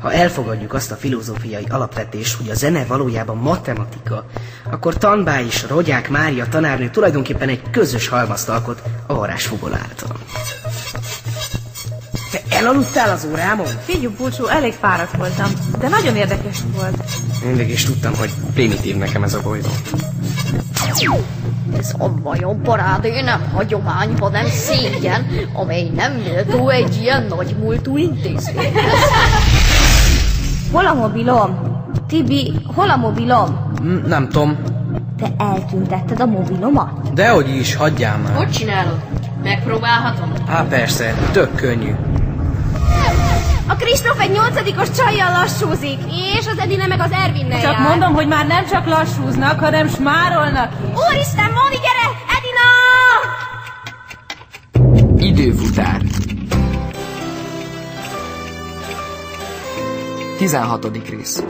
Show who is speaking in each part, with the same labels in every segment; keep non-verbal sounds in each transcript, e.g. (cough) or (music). Speaker 1: Ha elfogadjuk azt a filozófiai alapvetést, hogy a zene valójában matematika, akkor Tanbá és Rogyák Mária tanárnő tulajdonképpen egy közös halmazt alkot a varázsfogol által. Te elaludtál az órámon?
Speaker 2: Figyú, Bulcsú, elég fáradt voltam, de nagyon érdekes volt.
Speaker 1: Mindig is tudtam, hogy primitív nekem ez a bolygó.
Speaker 3: Ez a majom parádé nem hagyomány, hanem szégyen, amely nem méltó egy ilyen nagy múltú intézményhez.
Speaker 4: Hol a mobilom? Tibi, hol a mobilom?
Speaker 5: Mm, Nem tudom,
Speaker 4: Te eltüntetted a mobilomat?
Speaker 5: dehogy is, hagyjál már.
Speaker 3: Hogy csinálod? Megpróbálhatom?
Speaker 5: Á, persze, tök könnyű.
Speaker 6: A Kristóf egy nyolcadikos csajjal lassúzik, és az Edina meg az Ervinnel
Speaker 2: Csak
Speaker 6: jár.
Speaker 2: mondom, hogy már nem csak lassúznak, hanem smárolnak is.
Speaker 6: Úristen, Moni, gyere! Edina!
Speaker 7: Időfutár 16. rész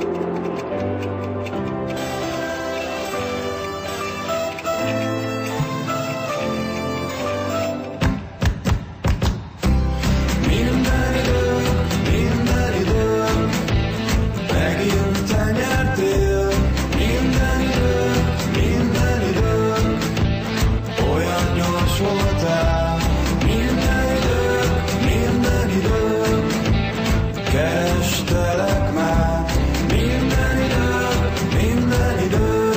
Speaker 8: Kerestelek már minden idő, minden idő,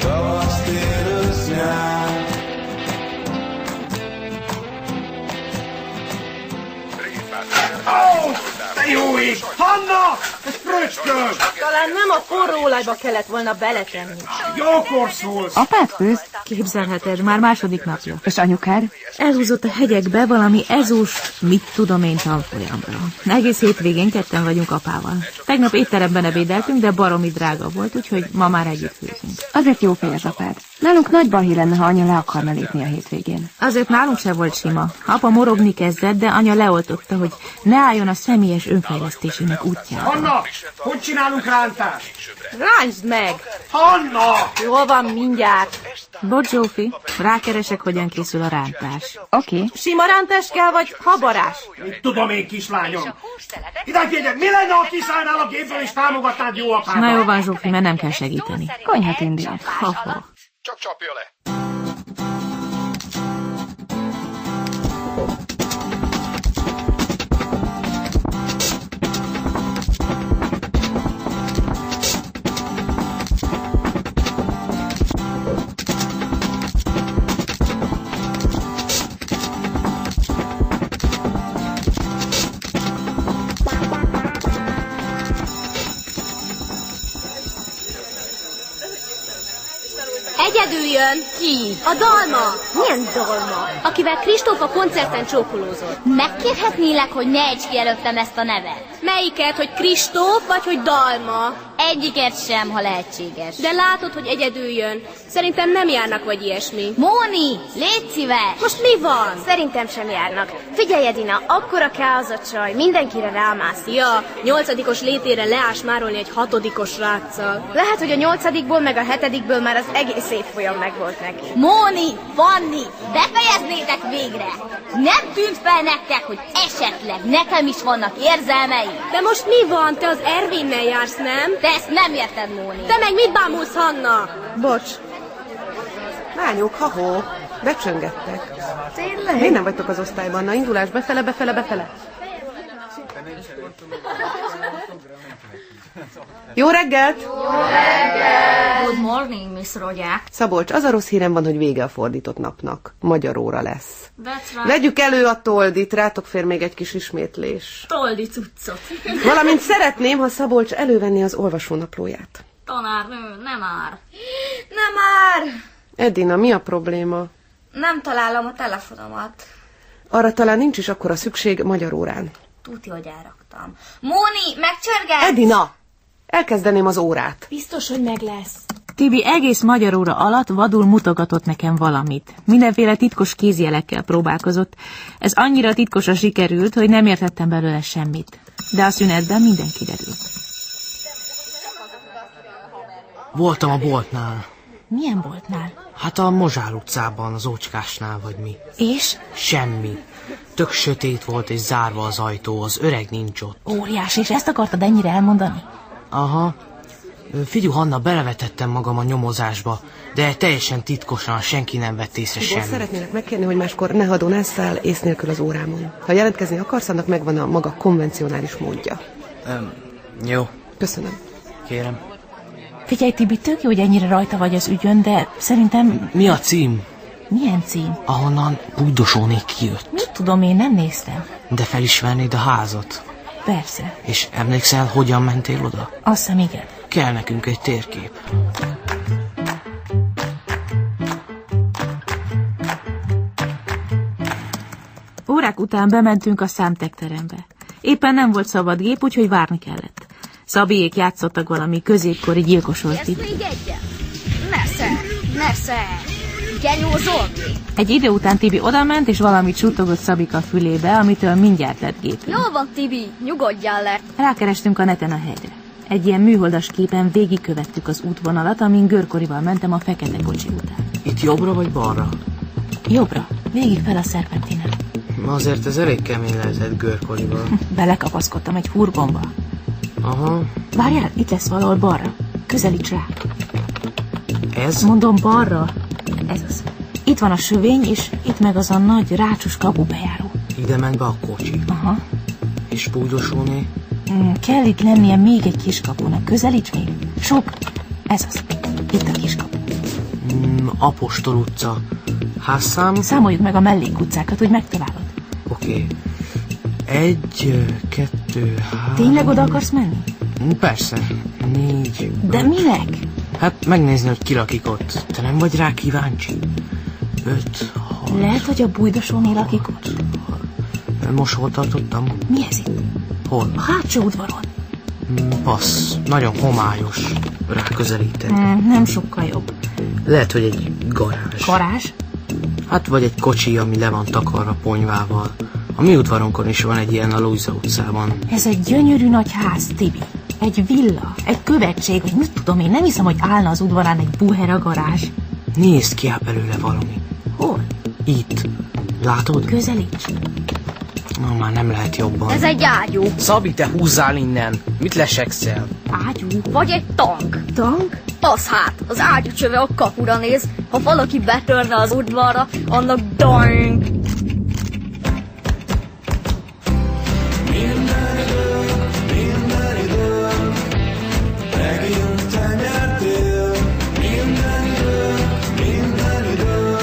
Speaker 8: tavasz, tél, ősz, nyár.
Speaker 2: Talán nem a forró olajba kellett volna beletenni.
Speaker 9: Apád főz?
Speaker 2: Képzelheted, már második napja.
Speaker 9: És anyukád?
Speaker 2: Elhúzott a hegyekbe valami ezús, mit tudom én tanfolyamra. Egész hétvégén ketten vagyunk apával. Tegnap étteremben ebédeltünk, de baromi drága volt, úgyhogy ma már együtt főzünk.
Speaker 9: Azért jó fej az apád. Nálunk nagy balhé lenne, ha anya le akarna lépni a hétvégén.
Speaker 2: Azért nálunk se volt sima. Apa morogni kezdett, de anya leoltotta, hogy ne álljon a személyes önfejlesztésének útjára.
Speaker 10: Anna, hogy csinálunk rántást?
Speaker 2: Ráncsd meg!
Speaker 10: Anna!
Speaker 2: Jól van, mindjárt. Bocs, Zsófi, rákeresek, hogyan készül a rántás.
Speaker 9: Oké, okay.
Speaker 2: Sima rántás kell, vagy habarás?
Speaker 10: Mit tudom én, kislányom? Ide figyelj, mi lenne, ha kiszállnál a gépből és támogatnád jó apádat?
Speaker 2: Na jó van, Zsófi, mert nem kell segíteni.
Speaker 9: konyhát indítok.
Speaker 2: Ha-ha.
Speaker 8: Csak csapja le!
Speaker 6: Egyedül jön. Ki? A Dalma.
Speaker 4: Milyen dolma?
Speaker 6: Akivel Kristóf a koncerten csókolózott.
Speaker 4: Megkérhetnélek, hogy ne ejts ki előttem ezt a nevet?
Speaker 6: Melyiket, hogy Kristóf, vagy hogy Dalma?
Speaker 4: Egyiket sem, ha lehetséges.
Speaker 6: De látod, hogy egyedül jön. Szerintem nem járnak, vagy ilyesmi.
Speaker 4: Móni, légy szíves!
Speaker 6: Most mi van?
Speaker 4: Szerintem sem járnak. Figyelj, Edina, akkora káosz a csaj, mindenkire rámászik.
Speaker 6: Ja, nyolcadikos létére leás márolni egy hatodikos ráccal.
Speaker 4: Lehet, hogy a nyolcadikból meg a hetedikből már az egész évfolyam megvolt neki. Móni, Vanni, befejeznétek végre! Nem tűnt fel nektek, hogy esetleg nekem is vannak érzelmeim?
Speaker 6: De most mi van? Te az Ervinnel jársz, nem?
Speaker 4: Te ezt nem érted, Móni.
Speaker 6: Te meg mit bámulsz, Hanna?
Speaker 11: Bocs. Lányok, ha-hó. Becsöngettek. Tényleg? Miért nem vagytok az osztályban? Na, indulás befele, befele, befele. Jó reggelt!
Speaker 3: Good morning, Miss Rogyák.
Speaker 11: Szabolcs, az a rossz hírem van, hogy vége a fordított napnak. Magyar óra lesz.
Speaker 3: That's
Speaker 11: Vegyük elő a toldit, rátok fér még egy kis ismétlés.
Speaker 3: Toldi cuccot.
Speaker 11: Valamint szeretném, ha Szabolcs elővenni az olvasónaplóját.
Speaker 3: Tanárnő, nem már.
Speaker 4: Nem már!
Speaker 11: Edina, mi a probléma?
Speaker 4: Nem találom a telefonomat.
Speaker 11: Arra talán nincs is akkora szükség magyar órán.
Speaker 4: Tuti, hogy elraktam. Móni, megcsörgel!
Speaker 11: Edina! Elkezdeném az órát.
Speaker 2: Biztos, hogy meg lesz. Tibi egész magyar óra alatt vadul mutogatott nekem valamit. Mindenféle titkos kézjelekkel próbálkozott. Ez annyira titkosra sikerült, hogy nem értettem belőle semmit. De a szünetben minden kiderült.
Speaker 5: Voltam a boltnál.
Speaker 2: Milyen voltnál?
Speaker 5: Hát a Mozsál utcában, az ócskásnál vagy mi.
Speaker 2: És?
Speaker 5: Semmi. Tök sötét volt és zárva az ajtó, az öreg nincs ott.
Speaker 2: Óriás, és ezt akartad ennyire elmondani?
Speaker 5: Aha. Ö, Figyú Hanna, belevetettem magam a nyomozásba, de teljesen titkosan, senki nem vett észre
Speaker 11: Tibor,
Speaker 5: semmit.
Speaker 11: szeretnélek megkérni, hogy máskor ne hadonásszál ész nélkül az órámon. Ha jelentkezni akarsz, annak megvan a maga konvencionális módja.
Speaker 5: Öm, jó,
Speaker 11: Köszönöm.
Speaker 5: kérem.
Speaker 2: Figyelj, Tibi, tök jó, hogy ennyire rajta vagy az ügyön, de szerintem
Speaker 5: Mi a cím?
Speaker 2: milyen cím?
Speaker 5: Ahonnan Bugdosóné kijött,
Speaker 2: Mit tudom, én nem néztem.
Speaker 5: de felismernéd a házat.
Speaker 2: Persze.
Speaker 5: És emlékszel, hogyan mentél oda?
Speaker 2: Azt hiszem, igen.
Speaker 5: Kell nekünk egy térkép.
Speaker 2: Órák után bementünk a számtekterembe. Éppen nem volt szabad gép, úgyhogy várni kellett. Szabiék játszottak valami középkori gyilkosoltit.
Speaker 4: még egyet? Nesze, nesze. Genyózol?
Speaker 2: Egy idő után Tibi odament, és valamit suttogott Szabika fülébe, amitől mindjárt lett gép.
Speaker 3: Jól van, Tibi, nyugodjál le.
Speaker 2: Rákerestünk a neten a helyre. Egy ilyen műholdas képen végigkövettük az útvonalat, amin görkorival mentem a fekete kocsi után.
Speaker 5: Itt jobbra vagy balra?
Speaker 2: Jobbra, végig fel a szerpentinen.
Speaker 5: Azért ez elég kemény lehetett görkolival.
Speaker 2: (laughs) Belekapaszkodtam egy furgonba.
Speaker 5: Aha,
Speaker 2: Várjál, itt lesz valahol balra. Közelíts rá.
Speaker 5: ez?
Speaker 2: Mondom balra. Ez az. Itt van a sövény, és itt meg az a nagy rácsos kapubejáró.
Speaker 5: Ide ment be a kocsi.
Speaker 2: Aha.
Speaker 5: És Bugdosóné?
Speaker 2: Mm, kell itt lennie még egy kiskapunak. Közelíts még. Sok. Ez az. Itt a kiskapu.
Speaker 5: Mm, Apostol utca. Házszám?
Speaker 2: Számoljuk meg a mellékutcákat, hogy megtalálod.
Speaker 5: Oké. Egy, ö, kettő, három...
Speaker 2: Tényleg oda akarsz menni?
Speaker 5: Mm, Persze. Négy.
Speaker 2: De
Speaker 5: öt.
Speaker 2: minek?
Speaker 5: Hát megnézni, hogy ki lakik ott. Te nem vagy rá kíváncsi? Öt, hat...
Speaker 2: Lehet, hogy a bújdosóné lakik ott.
Speaker 5: Most hol tartottam?
Speaker 2: Mi ez itt? A
Speaker 5: Hol?
Speaker 2: hátsó udvaron.
Speaker 5: Mm, Passz. Nagyon homályos. Ráközelíted.
Speaker 2: Mm, nem sokkal jobb.
Speaker 5: Lehet, hogy egy garázs.
Speaker 2: Karás?
Speaker 5: Hát vagy egy kocsi, ami le van takarva ponyvával. A mi udvarunkon is van egy ilyen a Luisa utcában.
Speaker 2: Ez egy gyönyörű nagy ház, Tibi. Egy villa, egy követség, vagy mit tudom én, nem hiszem, hogy állna az udvarán egy buhera garázs.
Speaker 5: Nézd ki áll belőle valami.
Speaker 2: Hol?
Speaker 5: Itt. Látod?
Speaker 2: Közelíts.
Speaker 5: Na, már nem lehet jobban.
Speaker 3: Ez egy ágyú,
Speaker 5: Szabi, te húzzál innen! Mit lesekszel?
Speaker 2: Ágyú.
Speaker 3: vagy egy tank.
Speaker 2: Tank?
Speaker 3: Az hát, az ágyú csöve a kapura néz, ha valaki betörne az udvarra, annak dank.
Speaker 8: Megint te nyertél Minden idő, minden idő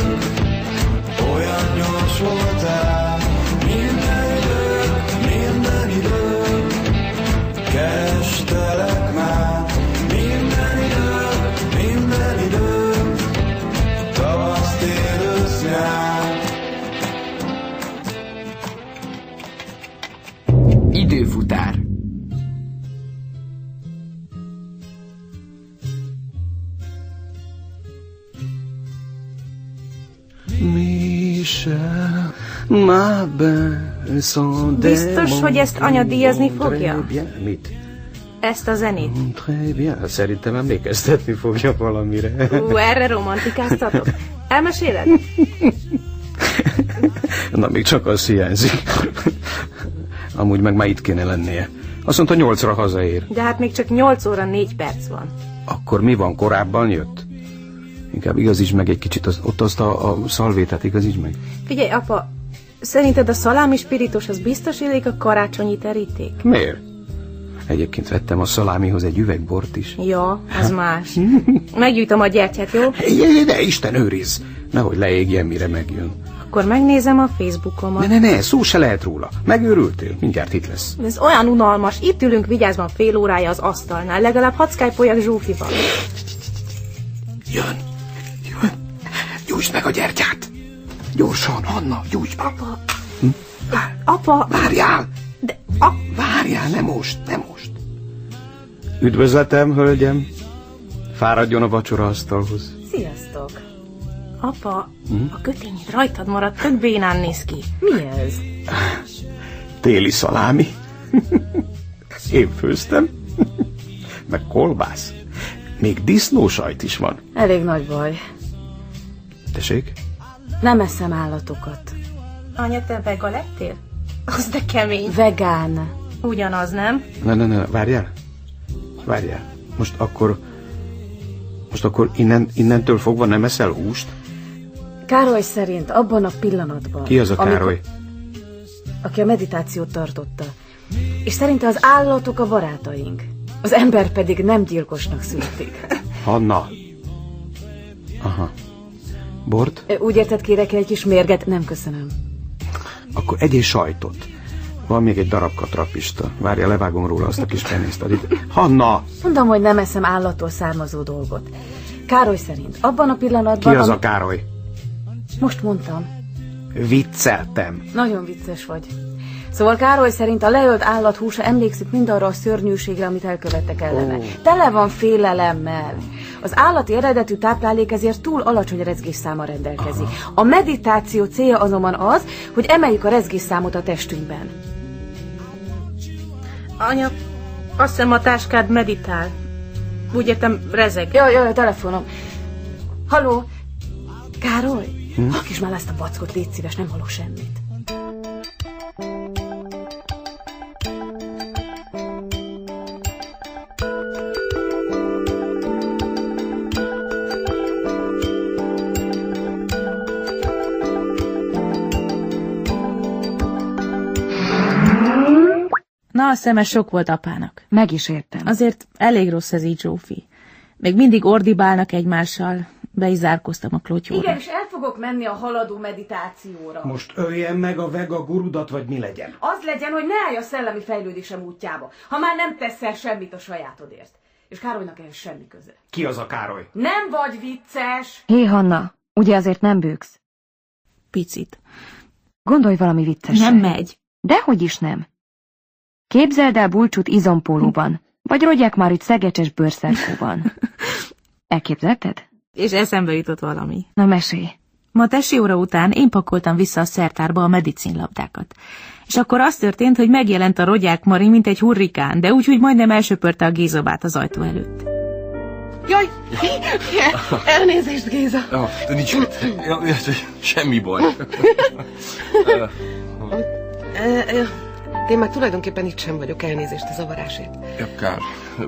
Speaker 8: Olyan gyors voltál Minden idő, minden idő Kerestelek már Minden idő, minden idő Tavasz, tél, ősz, nyár
Speaker 7: Időfutár.
Speaker 12: Michel, ma belle sont des
Speaker 2: Biztos, hogy ezt anya díjazni fogja?
Speaker 12: Très bien, mit?
Speaker 2: Ezt a
Speaker 12: (laughs)
Speaker 2: zenét.
Speaker 12: Très bien. Szerintem emlékeztetni fogja valamire.
Speaker 2: Ú, erre romantikáztatok. Elmeséled?
Speaker 12: Na, még csak az hiányzik. Amúgy meg már itt kéne lennie. Azt mondta, nyolcra hazaér.
Speaker 2: De hát még csak 8 óra 4 perc van.
Speaker 12: Akkor mi van, korábban jött? Inkább igazíts meg egy kicsit, az, ott azt a, a szalvétát igazíts meg.
Speaker 2: Figyelj, apa, szerinted a szalámi spiritus az biztos illik a karácsonyi teríték?
Speaker 12: Miért? Egyébként vettem a szalámihoz egy üveg bort is.
Speaker 2: Ja,
Speaker 12: Hát.
Speaker 2: az más. Meggyújtom a gyertyát, jó?
Speaker 12: Jaj, De Isten őriz! Nehogy leégjen, mire megjön.
Speaker 2: Akkor megnézem a Facebookomat.
Speaker 12: Ne, ne, ne, szó se lehet róla. Megőrültél, mindjárt itt lesz.
Speaker 2: Ez olyan unalmas. Itt ülünk vigyázban fél órája az asztalnál. Legalább hadd skype Zsófival.
Speaker 12: Jön, jön. Gyújtsd meg a gyertyát. Gyorsan, Anna, gyújtsd meg. Apa.
Speaker 2: Apa,
Speaker 12: Várjál,
Speaker 2: a...
Speaker 12: várjál, nem most, nem most. Üdvözletem, hölgyem. Fáradjon a vacsora asztalhoz.
Speaker 2: Sziasztok. Apa,
Speaker 12: Hm?
Speaker 2: a kötényed rajtad maradt, tök bénán néz ki. Mi ez?
Speaker 12: Téli szalámi. (laughs) Én főztem. (laughs) Meg kolbász. Még disznósajt is van.
Speaker 13: Elég nagy baj.
Speaker 12: Tessék?
Speaker 13: Nem eszem állatokat. Anya, te vega lettél? Az de kemény.
Speaker 14: Vegán.
Speaker 13: Ugyanaz, nem?
Speaker 12: Ne, ne, ne, várjál. Várjál. Most akkor... Most akkor innen, innentől fogva nem eszel húst?
Speaker 14: Károly szerint abban a pillanatban...
Speaker 12: Ki az a Károly?
Speaker 14: aki a meditációt tartotta. És szerinte az állatok a barátaink. Az ember pedig nem gyilkosnak születik.
Speaker 12: Hanna. Aha. Bort?
Speaker 14: Ö, Úgy érted, kérek egy kis mérget? Nem köszönöm.
Speaker 12: Akkor egyél sajtot. Van még egy darab katrapista. Várja, levágom róla azt a kis penészt. ad ide. Hanna!
Speaker 14: Mondom, hogy nem eszem állattól származó dolgot. Károly szerint abban a
Speaker 12: Ki
Speaker 14: pillanatban...
Speaker 12: az a
Speaker 14: ami-
Speaker 12: Károly?
Speaker 14: Most mondtam.
Speaker 12: Vicceltem.
Speaker 14: Nagyon vicces vagy. Szóval Károly szerint a leölt állat húsa emlékszik mindarra a szörnyűségre, amit elkövettek ellene.
Speaker 15: Ó.
Speaker 14: Tele van félelemmel. Az állati eredetű táplálék ezért túl alacsony rezgésszáma rendelkezik. A meditáció célja azonban az, hogy emeljük a rezgésszámot a testünkben.
Speaker 13: Anya, azt hiszem a táskád meditál. Úgy értem, rezeg.
Speaker 14: Jaj, jaj, a telefonom. Haló, Károly?
Speaker 13: Hm?
Speaker 14: Hm? is már ezt a packot, légy szíves, nem hallok semmit.
Speaker 2: Na, a szeme sok volt apának.
Speaker 9: Meg is értem.
Speaker 2: Azért elég rossz ez így, Zsófi. Még mindig ordibálnak egymással. Be is zárkoztam a klotyóra.
Speaker 14: el fogok menni a haladó meditációra.
Speaker 12: Most öljen meg a vega gurudat, vagy mi legyen?
Speaker 14: Az legyen, hogy ne állj a szellemi fejlődésem útjába, ha már nem teszel semmit a sajátodért. És Károlynak ehhez semmi köze.
Speaker 12: Ki az a Károly?
Speaker 14: Nem vagy vicces!
Speaker 9: Hé, Hanna, ugye azért nem bőgsz?
Speaker 2: Picit.
Speaker 9: Gondolj valami viccesre.
Speaker 2: Nem megy.
Speaker 9: Dehogy is nem. Képzeld el Bulcsút izompólóban, vagy Rogyák már itt szegecses (laughs) bőrszerkóban. Elképzelted?
Speaker 2: És eszembe jutott valami.
Speaker 9: Na, mesélj.
Speaker 2: Ma tesi óra után én pakoltam vissza a szertárba a medicinlabdákat. És akkor az történt, hogy megjelent a rogyák Mari, mint egy hurrikán, de úgy, hogy majdnem elsöpörte a gézabát az ajtó előtt.
Speaker 11: Jaj, elnézést, Géza.
Speaker 16: Ja, nincs mit. Ja, ja, semmi baj.
Speaker 11: Ö, ö, Én már tulajdonképpen itt sem vagyok, elnézést a zavarásért.
Speaker 16: Ja, kár.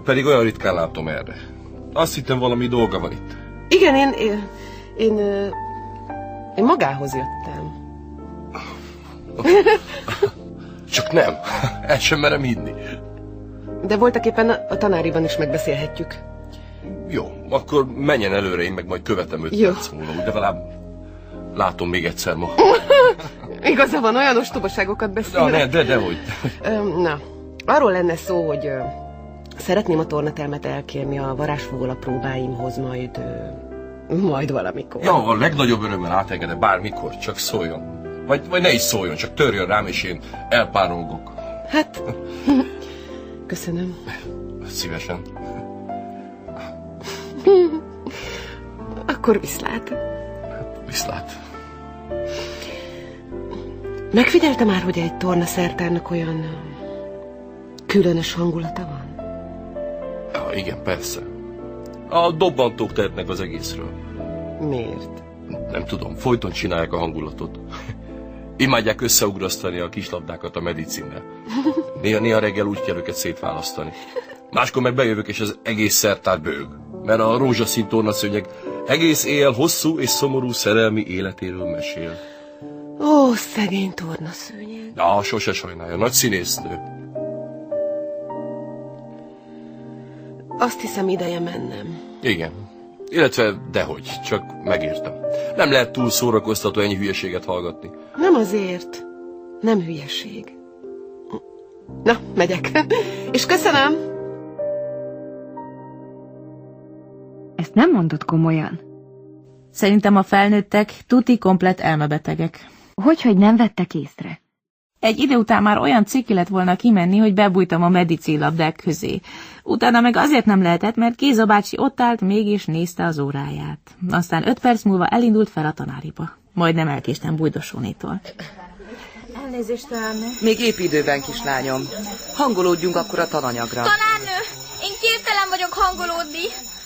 Speaker 16: Pedig olyan ritkán látom erre. Azt hittem valami dolga van itt.
Speaker 11: Igen, én, én, én, ö, én magához jöttem.
Speaker 16: Csak nem. (laughs) El sem merem hinni.
Speaker 11: De voltak éppen a, a tanáriban is megbeszélhetjük.
Speaker 16: Jó, akkor menjen előre, én meg majd követem őt
Speaker 11: Jó.
Speaker 16: perc múlva. Úgy legalább látom még egyszer ma.
Speaker 11: Igaza van, olyan ostobaságokat beszél.
Speaker 16: Ja, ne, de, de hogy.
Speaker 11: Öm, Na, arról lenne szó, hogy ö, szeretném a tornatermet elkérni a varázsfogol a próbáimhoz majd, ö, majd valamikor.
Speaker 16: Ja, a legnagyobb örömmel átengedem bármikor, csak szóljon. Vagy, vagy ne is szóljon, csak törjön rám, és én elpárolgok.
Speaker 11: Hát, köszönöm.
Speaker 16: Szívesen.
Speaker 11: Akkor viszlát.
Speaker 16: Viszlát.
Speaker 11: Megfigyelte már, hogy egy torna szertárnak olyan ö, különös hangulata van?
Speaker 16: Ja, igen, persze. A dobbantók tehetnek az egészről.
Speaker 11: Miért?
Speaker 16: Nem tudom, folyton csinálják a hangulatot. Imádják összeugrasztani a kislabdákat a medicinnel. Néha-néha reggel úgy kell őket szétválasztani. Máskor meg bejövök, és az egész szertár bőg. Mert a rózsaszín tornaszőnyeg egész éjjel hosszú és szomorú szerelmi életéről mesél.
Speaker 11: Ó, szegény tornaszőnyeg.
Speaker 16: Na, sose sajnálja, nagy színésznő.
Speaker 11: Azt hiszem ideje mennem.
Speaker 16: Igen. Illetve dehogy, csak megírtam. Nem lehet túl szórakoztató ennyi hülyeséget hallgatni.
Speaker 11: Nem azért. Nem hülyeség. Na, megyek. És köszönöm.
Speaker 9: Ezt nem mondod komolyan.
Speaker 2: Szerintem a felnőttek tuti komplet elmebetegek.
Speaker 9: Hogyhogy nem vettek észre?
Speaker 2: Egy idő után már olyan ciki lett volna kimenni, hogy bebújtam a medicinlabdák közé. Utána meg azért nem lehetett, mert Géza bácsi ott állt, mégis nézte az óráját. Aztán öt perc múlva elindult fel a tanáriba. Majdnem elkéstem bújdosónétól.
Speaker 15: Elnézést, találni.
Speaker 17: Még épp időben, kislányom. Hangolódjunk akkor a tananyagra.
Speaker 6: Tanárnő, én képtelen vagyok hangolódni.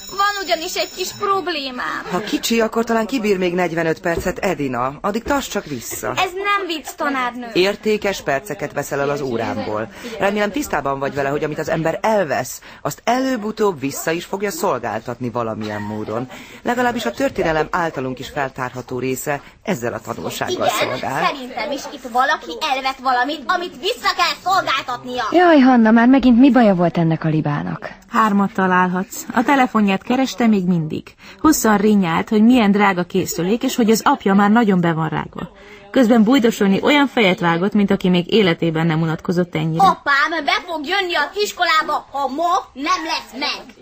Speaker 6: Van ugyanis egy kis problémám.
Speaker 17: Ha kicsi, akkor talán kibír még 45 percet Edina, addig tarts csak vissza.
Speaker 6: Ez nem vicc, tanárnő.
Speaker 17: Értékes perceket veszel el az órámból. Remélem tisztában vagy vele, hogy amit az ember elvesz, azt előbb-utóbb vissza is fogja szolgáltatni valamilyen módon. Legalábbis a történelem általunk is feltárható része ezzel a tanulsággal
Speaker 6: Igen,
Speaker 17: szolgál.
Speaker 6: szerintem is itt valaki elvett valamit, amit vissza kell szolgáltatnia.
Speaker 18: Jaj, Hanna, már megint mi baja volt ennek a libának?
Speaker 2: Hármat találhatsz. A telefonját kereste még mindig. Hosszan rinyált, hogy milyen drága készülék, és hogy az apja már nagyon be van rágva. Közben bújdosolni olyan fejet vágott, mint aki még életében nem unatkozott ennyire.
Speaker 6: Apám be fog jönni az iskolába, ha ma nem lesz meg.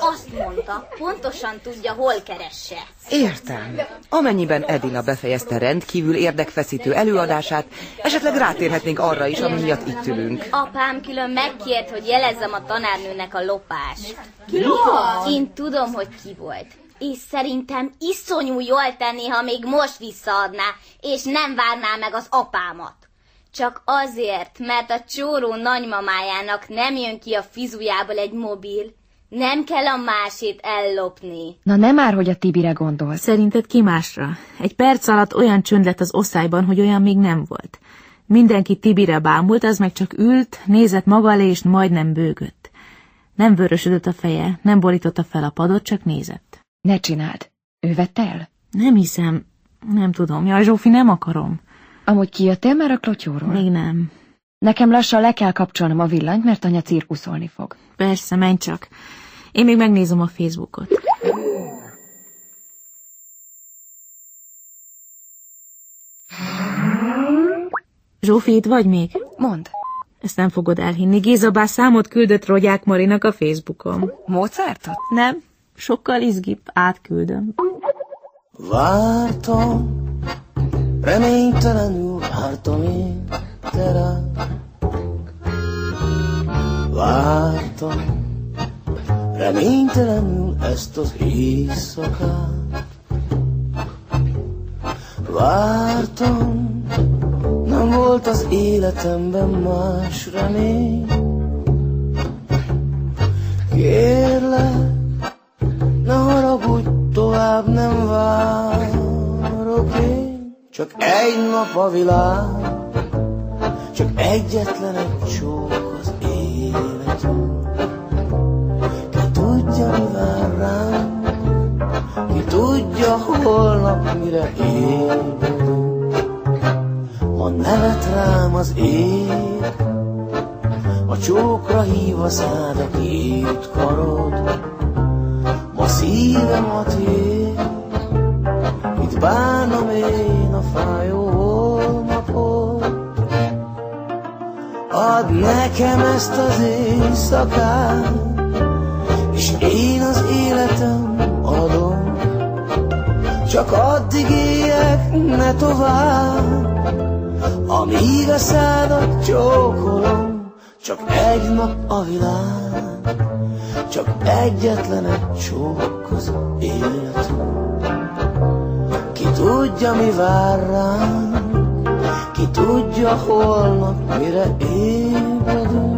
Speaker 6: Azt mondta, pontosan tudja, hol keresse.
Speaker 17: Értem. Amennyiben Edina befejezte rendkívül érdekfeszítő előadását, esetleg rátérhetnénk arra is, ami miatt itt ülünk.
Speaker 6: Apám külön megkért, hogy jelezzem a tanárnőnek a lopást.
Speaker 17: Ki lopott?
Speaker 6: Én tudom, hogy ki volt. És szerintem iszonyú jól tenni, ha még most visszaadná, és nem várná meg az apámat. Csak azért, mert a csóró nagymamájának nem jön ki a fizujából egy mobil, nem kell a másét ellopni.
Speaker 18: Na nem már, hogy a Tibire gondol.
Speaker 2: Szerinted ki másra? Egy perc alatt olyan csönd lett az osztályban, hogy olyan még nem volt. Mindenki Tibire bámult, az meg csak ült, nézett maga elé, és majdnem bőgött. Nem vörösödött a feje, nem borította fel a padot, csak nézett.
Speaker 18: Ne csináld. Ő vette el?
Speaker 2: Nem hiszem. Nem tudom. Jaj, Zsófi, nem akarom.
Speaker 18: Amúgy kijöttél már a klotyóról?
Speaker 2: Még nem.
Speaker 18: Nekem lassan le kell kapcsolnom a villanyt, mert anya cirkuszolni fog.
Speaker 2: Persze, menj csak. Én még megnézem a Facebookot. Zsófi, itt vagy még?
Speaker 18: Mond.
Speaker 2: Ezt nem fogod elhinni. Géza bá számot küldött Rogyák Marinak a Facebookon.
Speaker 18: Mozartot?
Speaker 2: Nem. Sokkal izgibb. Átküldöm.
Speaker 19: Vártam, reménytelenül vártam én te rád. Vártam, reménytelenül ezt az éjszakát. Vártam, nem volt az életemben más remény. Kérlek, ne haragudj, tovább nem várok én, csak egy nap a világ, csak egyetlen egy csók az életünk. Ki tudja, mi vár rám, ki tudja, holnap mire ébredünk. Ma nevet rám az ég, a csókra hív a szád a két karod. Ma szívem a tiéd, itt bánom én a fájó holnapot. Add nekem ezt az éjszakát, és én az életem adom. Csak addig éljek, ne tovább, amíg a szádat csókolom. Csak egy nap a világ, csak egyetlen egy csók az élet. Ki tudja, mi vár rám, ki tudja holnap, mire ébredünk.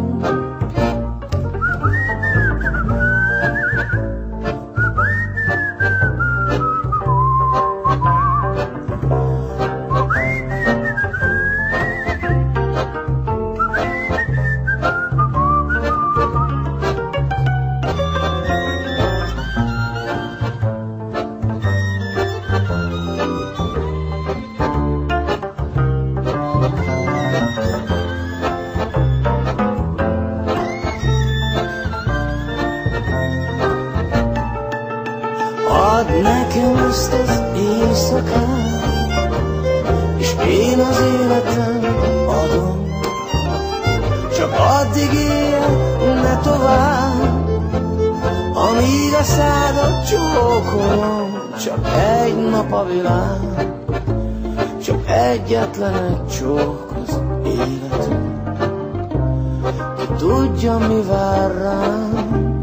Speaker 19: Add nekem ezt az éjszakát, és én az életem adom. Csak addig él, ne tovább, amíg a szádat csókolom. Csak egy nap a világ, csak egyetlen egy csók az életünk. Ki tudja, mi vár rám,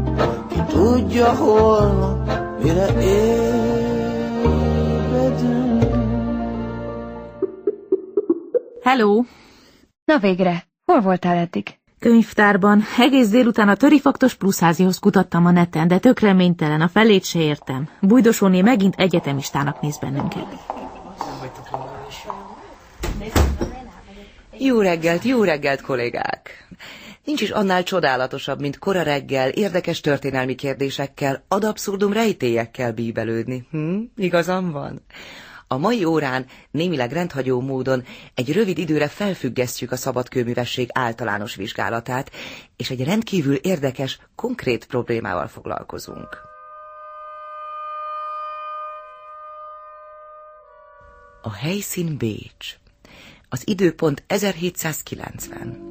Speaker 19: ki tudja, holnap mire eh, ébredünk.
Speaker 2: Hello!
Speaker 18: Na végre, hol voltál eddig?
Speaker 2: Könyvtárban. Egész délután a törifaktos pluszházihoz kutattam a neten, de tök reménytelen, a felét se értem. Bújdosóné megint egyetemistának néz bennünket.
Speaker 17: Jó reggelt, jó reggelt, kollégák! Nincs is annál csodálatosabb, mint kora reggel, érdekes történelmi kérdésekkel, ad abszurdum rejtélyekkel bíbelődni. Hm? Igazam van? A mai órán némileg rendhagyó módon egy rövid időre felfüggesztjük a szabadkőművesség általános vizsgálatát, és egy rendkívül érdekes, konkrét problémával foglalkozunk. A helyszín Bécs. Az időpont 1790.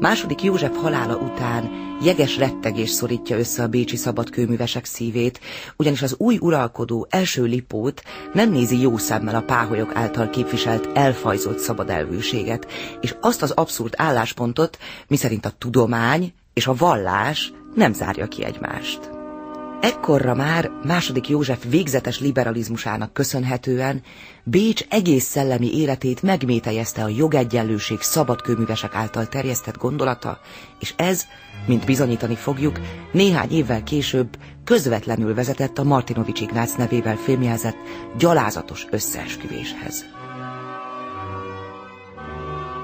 Speaker 17: Második József halála után jeges rettegés szorítja össze a bécsi szabadkőművesek szívét, ugyanis az új uralkodó első Lipót nem nézi jó szemmel a páholyok által képviselt elfajzott szabadelvűséget, és azt az abszurd álláspontot, miszerint a tudomány és a vallás nem zárja ki egymást. Ekkorra már második József végzetes liberalizmusának köszönhetően Bécs egész szellemi életét megmételjezte a jogegyenlőség szabadkőművesek által terjesztett gondolata, és ez, mint bizonyítani fogjuk, néhány évvel később közvetlenül vezetett a Martinovics Ignác nevével filmjelzett gyalázatos összeesküvéshez.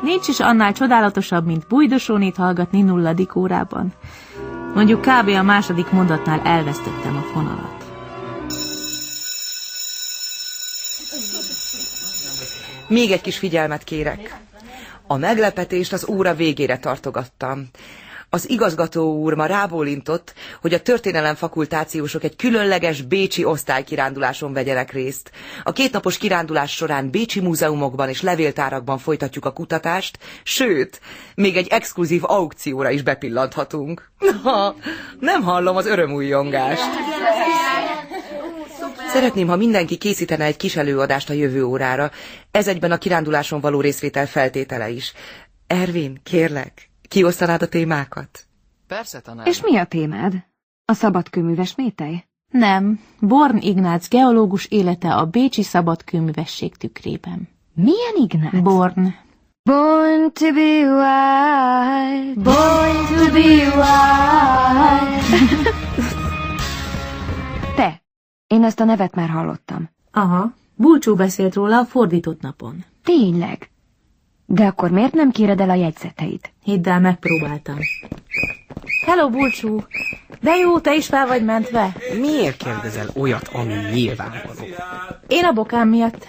Speaker 2: Nincs is annál csodálatosabb, mint bújdosónét hallgatni nulladik órában. Mondjuk kb. a második mondatnál elvesztettem a fonalat.
Speaker 17: Még egy kis figyelmet kérek. A meglepetést az óra végére tartogattam. Az igazgató úr ma rábólintott, hogy a történelem fakultációsok egy különleges bécsi osztálykiránduláson vegyenek részt. A kétnapos kirándulás során bécsi múzeumokban és levéltárakban folytatjuk a kutatást, sőt, még egy exkluzív aukcióra is bepillanthatunk. (laughs) Na, nem hallom az örömújjongást. Szeretném, ha mindenki készítene egy kis előadást a jövő órára. Ez egyben a kiránduláson való részvétel feltétele is. Ervin, kérlek, kiosztanád a témákat?
Speaker 5: Persze, tanár.
Speaker 9: És mi a témád? A szabadkőműves métej?
Speaker 2: Nem, Born Ignác geológus élete a Bécsi Szabadkőművesség tükrében.
Speaker 9: Milyen Ignác?
Speaker 2: Born.
Speaker 19: Born to be wild. Born to be
Speaker 18: (laughs)
Speaker 19: wild.
Speaker 9: Te! Én ezt a nevet már hallottam.
Speaker 2: Aha, Bulcsú beszélt róla a fordított napon.
Speaker 9: Tényleg? De akkor miért nem kéred el a jegyzeteit?
Speaker 2: Hidd el, megpróbáltam. Hello, Bulcsú! De jó, te is fel vagy mentve.
Speaker 1: Miért kérdezel olyat, ami nyilvánvaló?
Speaker 2: Én a bokám miatt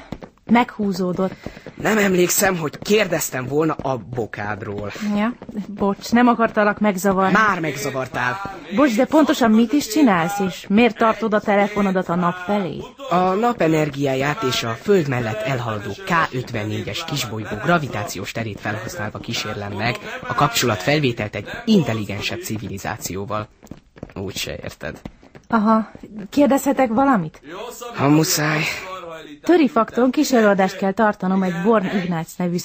Speaker 2: meghúzódott.
Speaker 1: Nem emlékszem, hogy kérdeztem volna a bokádról.
Speaker 2: Ja, bocs, nem akartalak megzavarni.
Speaker 1: Már megzavartál.
Speaker 2: Bocs, de pontosan mit is csinálsz, és miért tartod a telefonodat a nap felé?
Speaker 1: A nap energiáját és a Föld mellett elhaladó K54-es kisbolygó gravitációs terét felhasználva kísérlem meg a kapcsolat felvételt egy intelligensebb civilizációval. Úgy se érted.
Speaker 2: Aha, kérdezhetek valamit?
Speaker 1: Ha muszáj.
Speaker 2: Törifakton kísérőadást kell tartanom egy Born Ignác nevű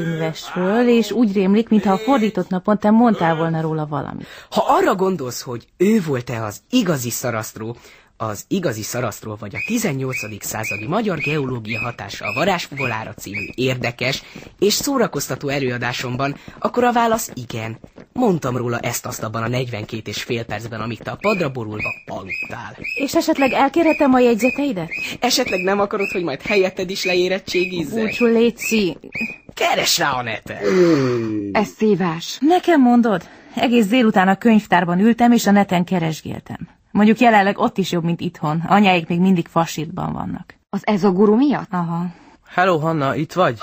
Speaker 2: szabadkönyvesről, és úgy rémlik, mintha a fordított napon te mondtál volna róla valamit.
Speaker 1: Ha arra gondolsz, hogy ő volt-e az igazi szarasztró, az igazi szarasztró vagy a 18. századi magyar geológia hatása a varázsfogolára című érdekes és szórakoztató előadásomban, akkor a válasz igen. Mondtam róla ezt azt abban a 42 és fél percben, amíg te a padra borulva aludtál.
Speaker 2: És esetleg elkérhetem a jegyzeteidet?
Speaker 1: Esetleg nem akarod, hogy majd helyetted is leérettségizze?
Speaker 2: Búcsú, Léci,
Speaker 1: Keres rá a neten!
Speaker 9: Ez szívás.
Speaker 2: Nekem mondod? Egész délután a könyvtárban ültem, és a neten keresgéltem. Mondjuk jelenleg ott is jobb, mint itthon. Anyáik még mindig fasírtban vannak.
Speaker 9: Az ezoguru miatt?
Speaker 2: Aha.
Speaker 5: Hello, Hanna, itt vagy?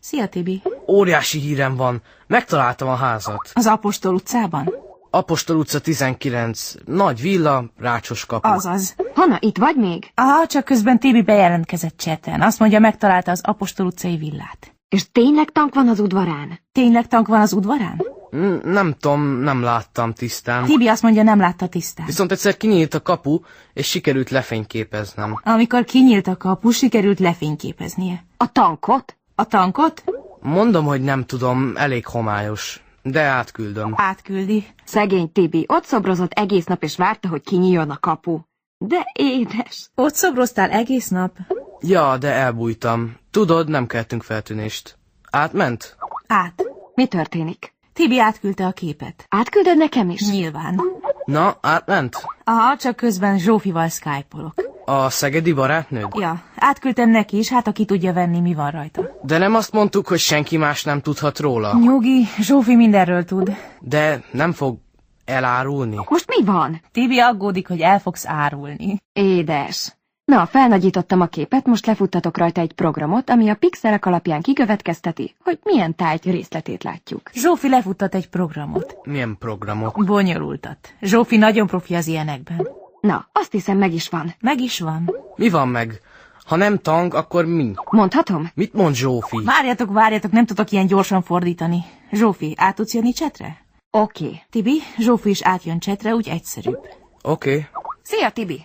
Speaker 2: Szia, Tibi.
Speaker 5: Óriási hírem van. Megtaláltam a házat.
Speaker 2: Az Apostol utcában?
Speaker 5: Apostol utca 19. Nagy villa, rácsos kapu.
Speaker 2: Azaz.
Speaker 9: Hanna, itt vagy még?
Speaker 2: Aha, csak közben Tibi bejelentkezett cseten. Azt mondja, megtalálta az Apostol utcai villát.
Speaker 9: És tényleg tank van az udvarán?
Speaker 2: Tényleg tank van az udvarán?
Speaker 5: N- Nem tudom, nem láttam tisztán.
Speaker 2: Tibi azt mondja, nem látta tisztán.
Speaker 5: Viszont egyszer kinyílt a kapu, és sikerült lefényképeznem.
Speaker 2: Amikor kinyílt a kapu, sikerült lefényképeznie.
Speaker 9: A tankot?
Speaker 2: A tankot
Speaker 5: Mondom, hogy nem tudom, elég homályos. De átküldöm.
Speaker 2: átküldi.
Speaker 9: Szegény Tibi ott szobrozott egész nap, és várta, hogy kinyíljon a kapu. De édes.
Speaker 2: Ott szobroztál egész nap?
Speaker 5: Ja, de elbújtam. Tudod, nem keltünk feltűnést. Átment?
Speaker 2: Át.
Speaker 9: Mi történik?
Speaker 2: Tibi átküldte a képet.
Speaker 9: Átküldöd nekem is?
Speaker 2: Nyilván.
Speaker 5: Na, átment?
Speaker 2: Aha, csak közben Zsófival skypolok.
Speaker 5: A szegedi barátnőd?
Speaker 2: Ja, átküldtem neki is, hát aki tudja venni, mi van rajta.
Speaker 5: De nem azt mondtuk, hogy senki más nem tudhat róla.
Speaker 2: Nyugi, Zsófi mindenről tud.
Speaker 5: De nem fog elárulni.
Speaker 9: Most mi van?
Speaker 2: Tibi aggódik, hogy el fogsz árulni.
Speaker 9: Édes. Na, felnagyítottam a képet, most lefuttatok rajta egy programot, ami a pixelek alapján kikövetkezteti, hogy milyen tárgy részletét látjuk.
Speaker 2: Zsófi lefuttat egy programot.
Speaker 5: Milyen programok?
Speaker 2: Bonyolultat. Zsófi nagyon profi az ilyenekben.
Speaker 9: Na, azt hiszem meg is van.
Speaker 2: Meg is van.
Speaker 5: Mi van meg? Ha nem tang, akkor mi?
Speaker 9: Mondhatom?
Speaker 5: Mit mond Zsófi?
Speaker 2: Várjatok, várjatok, nem tudok ilyen gyorsan fordítani. Zsófi, át tudsz jönni csetre?
Speaker 9: Oké. Okay.
Speaker 2: Tibi, Zsófi is átjön csetre, úgy egyszerűbb.
Speaker 5: Oké. Okay.
Speaker 9: Szia, Tibi!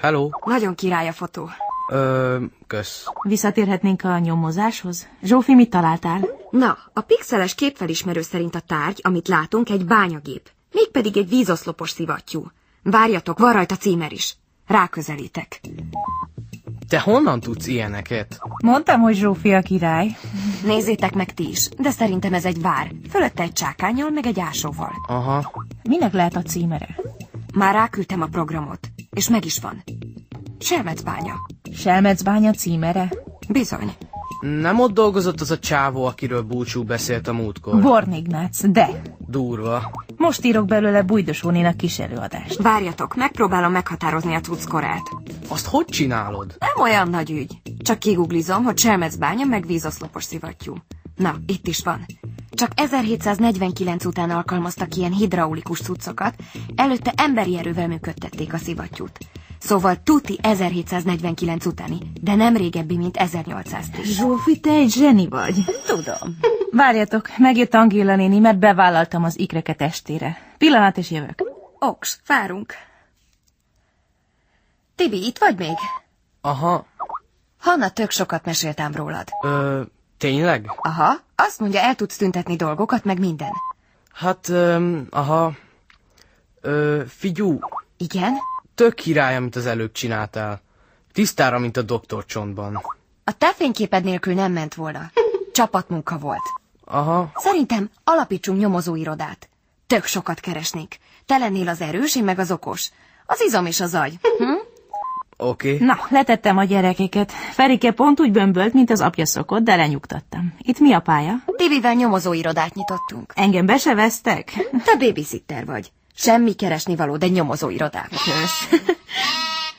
Speaker 5: Hello.
Speaker 9: Nagyon király a fotó.
Speaker 5: Ö, kösz.
Speaker 2: Visszatérhetnénk a nyomozáshoz. Zsófi, mit találtál?
Speaker 18: Na, a pixeles képfelismerő szerint a tárgy, amit látunk, egy bányagép. Mégpedig egy vízoszlopos szivattyú. Várjatok, van rajta címer is. Ráközelítek.
Speaker 5: Te honnan tudsz ilyeneket?
Speaker 2: Mondtam, hogy Zsófi a király.
Speaker 18: Nézzétek meg ti is, de szerintem ez egy vár. Fölötte egy csákányal, meg egy ásóval.
Speaker 5: Aha.
Speaker 2: Minek lehet a címere?
Speaker 18: Már ráküldtem a programot, és meg is van. Selmecbánya.
Speaker 2: Selmecbánya címere?
Speaker 18: Bizony.
Speaker 5: Nem ott dolgozott az a csávó, akiről búcsú beszélt a múltkor.
Speaker 2: Bornignác, de.
Speaker 5: Durva.
Speaker 2: Most írok belőle Bújdosónénak kis előadást.
Speaker 18: Várjatok, megpróbálom meghatározni a cuckorát.
Speaker 5: Azt hogy csinálod?
Speaker 18: Nem olyan nagy ügy. Csak kiguglizom, hogy Selmecbánya meg vízoszlopos szivattyú. Na, itt is van. Csak 1749 után alkalmaztak ilyen hidraulikus cuccokat, előtte emberi erővel működtették a szivattyút. Szóval tuti 1749 utáni, de nem régebbi, mint 1810.
Speaker 2: Zsófi, te egy zseni vagy.
Speaker 18: Tudom.
Speaker 2: Várjatok, megjött Angéla néni, mert bevállaltam az ikreket estére. Pillanat, és jövök.
Speaker 18: Oks, várunk. Tibi, itt vagy még?
Speaker 5: Aha.
Speaker 18: Hanna, tök sokat meséltem rólad.
Speaker 5: Ö, tényleg?
Speaker 18: Aha, azt mondja, el tudsz tüntetni dolgokat, meg minden.
Speaker 5: Hát, ö, aha. Ö, figyú.
Speaker 18: Igen?
Speaker 5: tök király, amit az előbb csináltál. Tisztára, mint a doktor csontban.
Speaker 18: A te fényképed nélkül nem ment volna. Csapatmunka volt.
Speaker 5: Aha.
Speaker 18: Szerintem alapítsunk nyomozóirodát. Tök sokat keresnék. Te lennél az erős, én meg az okos. Az izom és az agy. Hm?
Speaker 5: Oké.
Speaker 2: Okay. Na, letettem a gyerekeket. Ferike pont úgy bömbölt, mint az apja szokott, de lenyugtattam. Itt mi a pálya?
Speaker 18: Tivivel nyomozóirodát nyitottunk.
Speaker 2: Engem be se vesztek?
Speaker 18: Te babysitter vagy. Semmi keresni való, de nyomozó irodák. Kösz.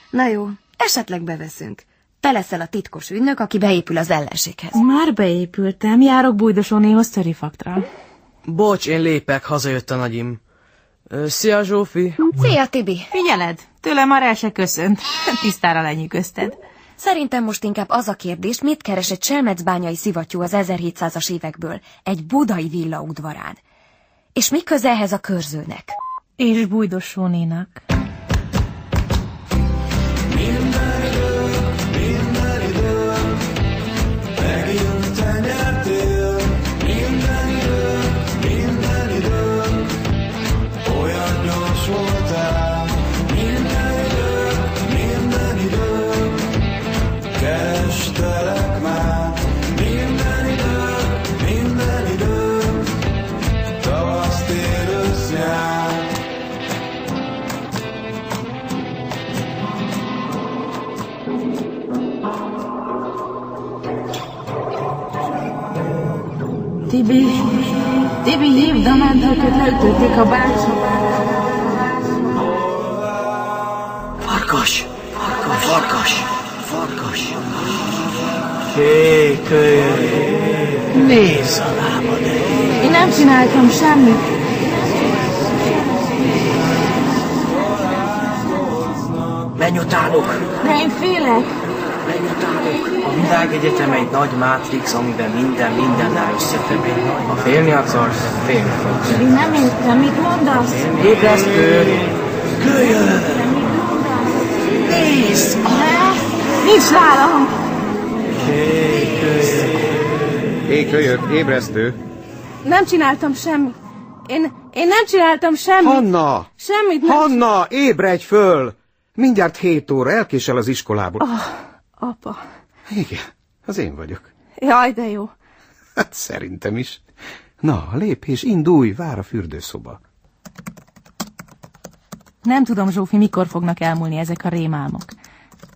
Speaker 18: Na jó, esetleg beveszünk. Te leszel a titkos ügynök, aki beépül az ellenséghez.
Speaker 2: Már beépültem, járok Bújdosónéhoz törifaktra.
Speaker 5: Bocs, én lépek, hazajött a nagyim. Szia, Zsófi!
Speaker 18: Szia, Tibi!
Speaker 2: Figyeled, tőlem már el se köszönt. (laughs) Tisztára lenyűgözted.
Speaker 18: Szerintem most inkább az a kérdés, mit keres egy selmecbányai szivattyú az 1700-as évekből, egy budai villa udvarán. És mi közelhez a körzőnek?
Speaker 2: és bújdosónénak.
Speaker 8: Minden idő, minden idő, megint te nyertél. Minden idő, minden idő, olyan gyors voltál. Minden idő, minden idő, kerestelek már. Minden idő, minden idő, tavasz, tél, ősz, nyár.
Speaker 2: Tibi, Tibi, hívd a mentőket, leütötték a bácsot.
Speaker 20: Farkas! Farkas! Farkas! Farkas!
Speaker 10: Hé, kölyök!
Speaker 20: Nézz a lábad!
Speaker 2: Én nem csináltam semmit.
Speaker 20: Menj utánuk!
Speaker 2: De én félek.
Speaker 20: Menj utánuk!
Speaker 5: A világegyetem egy nagy mátrix, amiben minden mindennel összefügg. Ha félni akarsz, félni fogsz.
Speaker 2: Én nem értem, mit mondasz?
Speaker 5: Ébresztő!
Speaker 20: Kölyök! Nézd!
Speaker 2: Nincs nálam.
Speaker 12: Hé, kölyök, ébresztő!
Speaker 13: Nem csináltam semmit. Én, én nem csináltam semmit.
Speaker 12: Hanna!
Speaker 13: Semmit nem...
Speaker 12: Hanna, ébredj föl! Mindjárt hét óra, elkésel az iskolából.
Speaker 13: Oh, Apa.
Speaker 12: Igen, az én vagyok.
Speaker 13: Jaj, de jó.
Speaker 12: Hát szerintem is. Na, lépés, indulj, vár a fürdőszoba.
Speaker 2: Nem tudom, Zsófi, mikor fognak elmúlni ezek a rémálmok.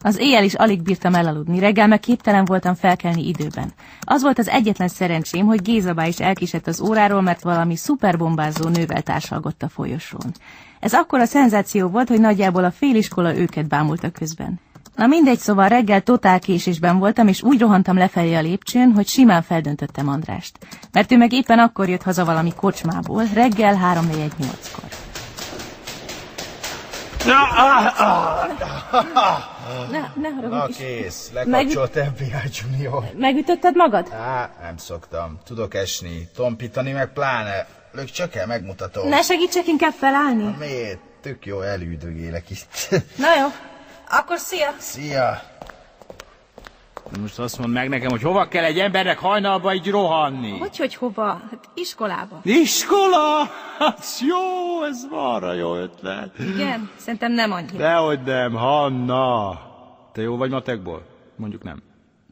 Speaker 2: Az éjjel is alig bírtam elaludni, reggel meg képtelen voltam felkelni időben. Az volt az egyetlen szerencsém, hogy Gézabá is elkísett az óráról, mert valami szuperbombázó nővel társalgott a folyosón. Ez akkor a szenzáció volt, hogy nagyjából a féliskola őket bámulta közben. Na mindegy, szóval reggel totál késésben voltam, és úgy rohantam lefelé a lépcsőn, hogy simán feldöntöttem Andrást. Mert ő meg éppen akkor jött haza valami kocsmából, reggel 3-4-8-kor.
Speaker 13: Na, ah, ah,
Speaker 2: Ne, ne haragudj
Speaker 13: Na
Speaker 2: is.
Speaker 13: kész, lekapcsolt FBI Junior.
Speaker 2: Megütötted magad?
Speaker 13: Á, nem szoktam. Tudok esni, tompítani meg pláne. Lök csak el, megmutatom.
Speaker 2: Ne segítsek inkább felállni.
Speaker 13: Miért? Tök jó, elüldögélek itt.
Speaker 2: Na jó, akkor szia!
Speaker 13: Szia!
Speaker 21: Most azt mondd meg nekem, hogy hova kell egy embernek hajnalba így rohanni.
Speaker 13: Hogy, hogy hova? Hát iskolába.
Speaker 21: Iskola? Hát jó, ez arra jó ötlet.
Speaker 13: Igen,
Speaker 2: szerintem nem annyira.
Speaker 21: Dehogy nem, Hanna. Te jó vagy matekból? Mondjuk nem.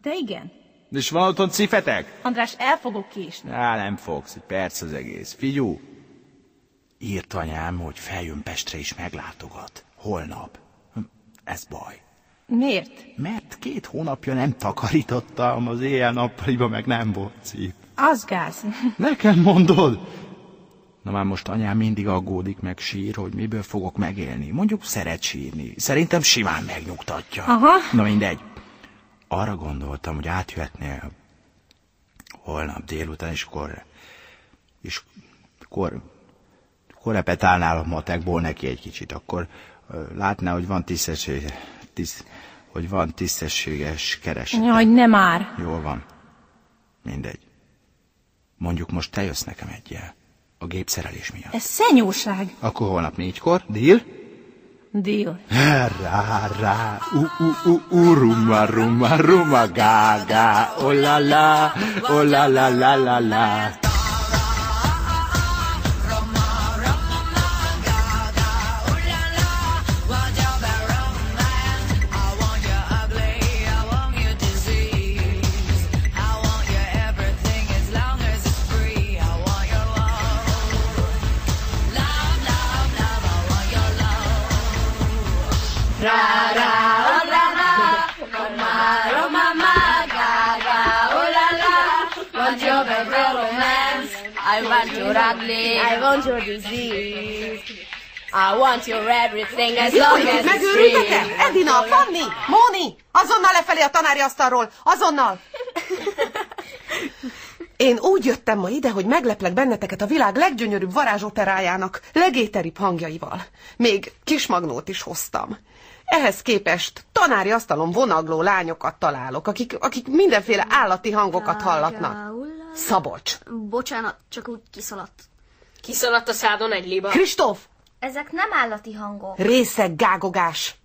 Speaker 2: De igen,
Speaker 21: És van otthon cifetek?
Speaker 2: András, el fogok késni.
Speaker 21: Á, nem fogsz, egy perc az egész. Figyú, írt anyám, hogy feljön Pestre és meglátogat. Holnap. Hm, Ez baj.
Speaker 2: Miért?
Speaker 21: Mert két hónapja nem takarítottam, az éjjel-nappaliba meg nem volt cip.
Speaker 2: Az gáz.
Speaker 21: Nekem mondod? Na már most anyám mindig aggódik, meg sír, hogy miből fogok megélni. Mondjuk szeret sírni. Szerintem simán megnyugtatja.
Speaker 2: Aha.
Speaker 21: Na mindegy. Arra gondoltam, hogy átjöhetnél holnap délután, és akkor... És akkor... Akkor repetálnál a matekból neki egy kicsit, akkor ö, látná, hogy van tisztességes, tiszt, hogy van tisztességes kereset.
Speaker 2: Jaj, nem már.
Speaker 21: Jól van. Mindegy. Mondjuk most te jössz nekem egyel. A gépszerelés miatt.
Speaker 2: Ez szenyóság.
Speaker 21: Akkor holnap négykor, deal?
Speaker 2: Deal.
Speaker 21: Rá, rá, u, u, u, u, ruma, ruma, ruma, gá, gá, oh, la, la, oh, la, la, la, la, la.
Speaker 19: oh,
Speaker 4: I want your ugly.
Speaker 6: I want
Speaker 4: your disease. I want your everything as long as it's
Speaker 11: Megőrültek-e? Edina, Fanni, Móni, azonnal lefelé a tanári asztalról, azonnal! Én úgy jöttem ma ide, hogy megleplek benneteket a világ leggyönyörűbb varázsoperájának legéteribb hangjaival. Még kismagnót is hoztam. Ehhez képest tanári asztalon vonagló lányokat találok, akik, akik mindenféle állati hangokat hallatnak. Szabolcs!
Speaker 22: Bocsánat, csak úgy kiszaladt.
Speaker 23: Kiszaladt a szádon egy liba.
Speaker 11: Kristóf!
Speaker 22: Ezek nem állati hangok.
Speaker 11: Részeg gágogás!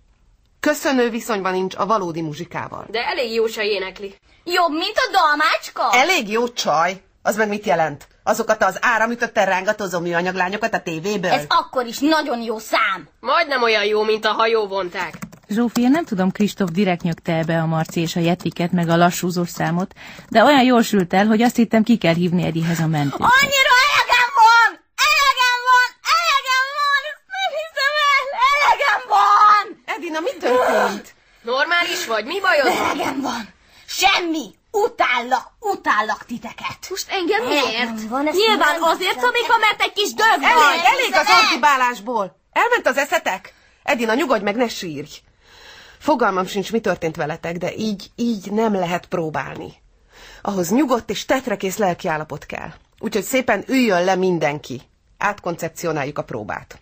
Speaker 11: Köszönő viszonyban nincs a valódi muzsikával.
Speaker 23: De elég jó se énekli.
Speaker 4: Jobb, mint a dalmácska?
Speaker 11: Elég jó csaj. Az meg mit jelent? Azokat az áramütötten rángatozó műanyaglányokat a tévéből?
Speaker 23: Ez
Speaker 4: Akkor is nagyon jó szám.
Speaker 23: Majdnem olyan jó, mint a hajóvonták.
Speaker 2: Zsófi, én nem tudom, Kristóf direkt nyögte ebbe a Marci és a Jetiket, meg a lassúzós számot, de olyan jól sült el, hogy azt hittem, ki kell hívni Edihez a mentőt.
Speaker 4: Annyira elegem van! Elegem van! Elegem van! Ezt nem hiszem el! Elegem van!
Speaker 11: Edina, mi történt?
Speaker 23: Normális vagy? Mi bajod?
Speaker 4: Elegem van! Semmi! Utállak, utállak titeket!
Speaker 23: Most engem miért?
Speaker 4: Van,
Speaker 23: ezt
Speaker 4: Nyilván
Speaker 23: nem
Speaker 4: azért,
Speaker 23: hiszem
Speaker 4: Szabika, mert egy kis dög van!
Speaker 11: Elég, elég az
Speaker 4: Hiszem el?
Speaker 11: antibálásból! Elment az eszetek? Edina, nyugodj meg, ne sírj! Fogalmam sincs, mi történt veletek, de így, így nem lehet próbálni. Ahhoz nyugodt és tetrekész lelkiállapot kell. Úgyhogy szépen üljön le mindenki. Átkoncepcionáljuk a próbát.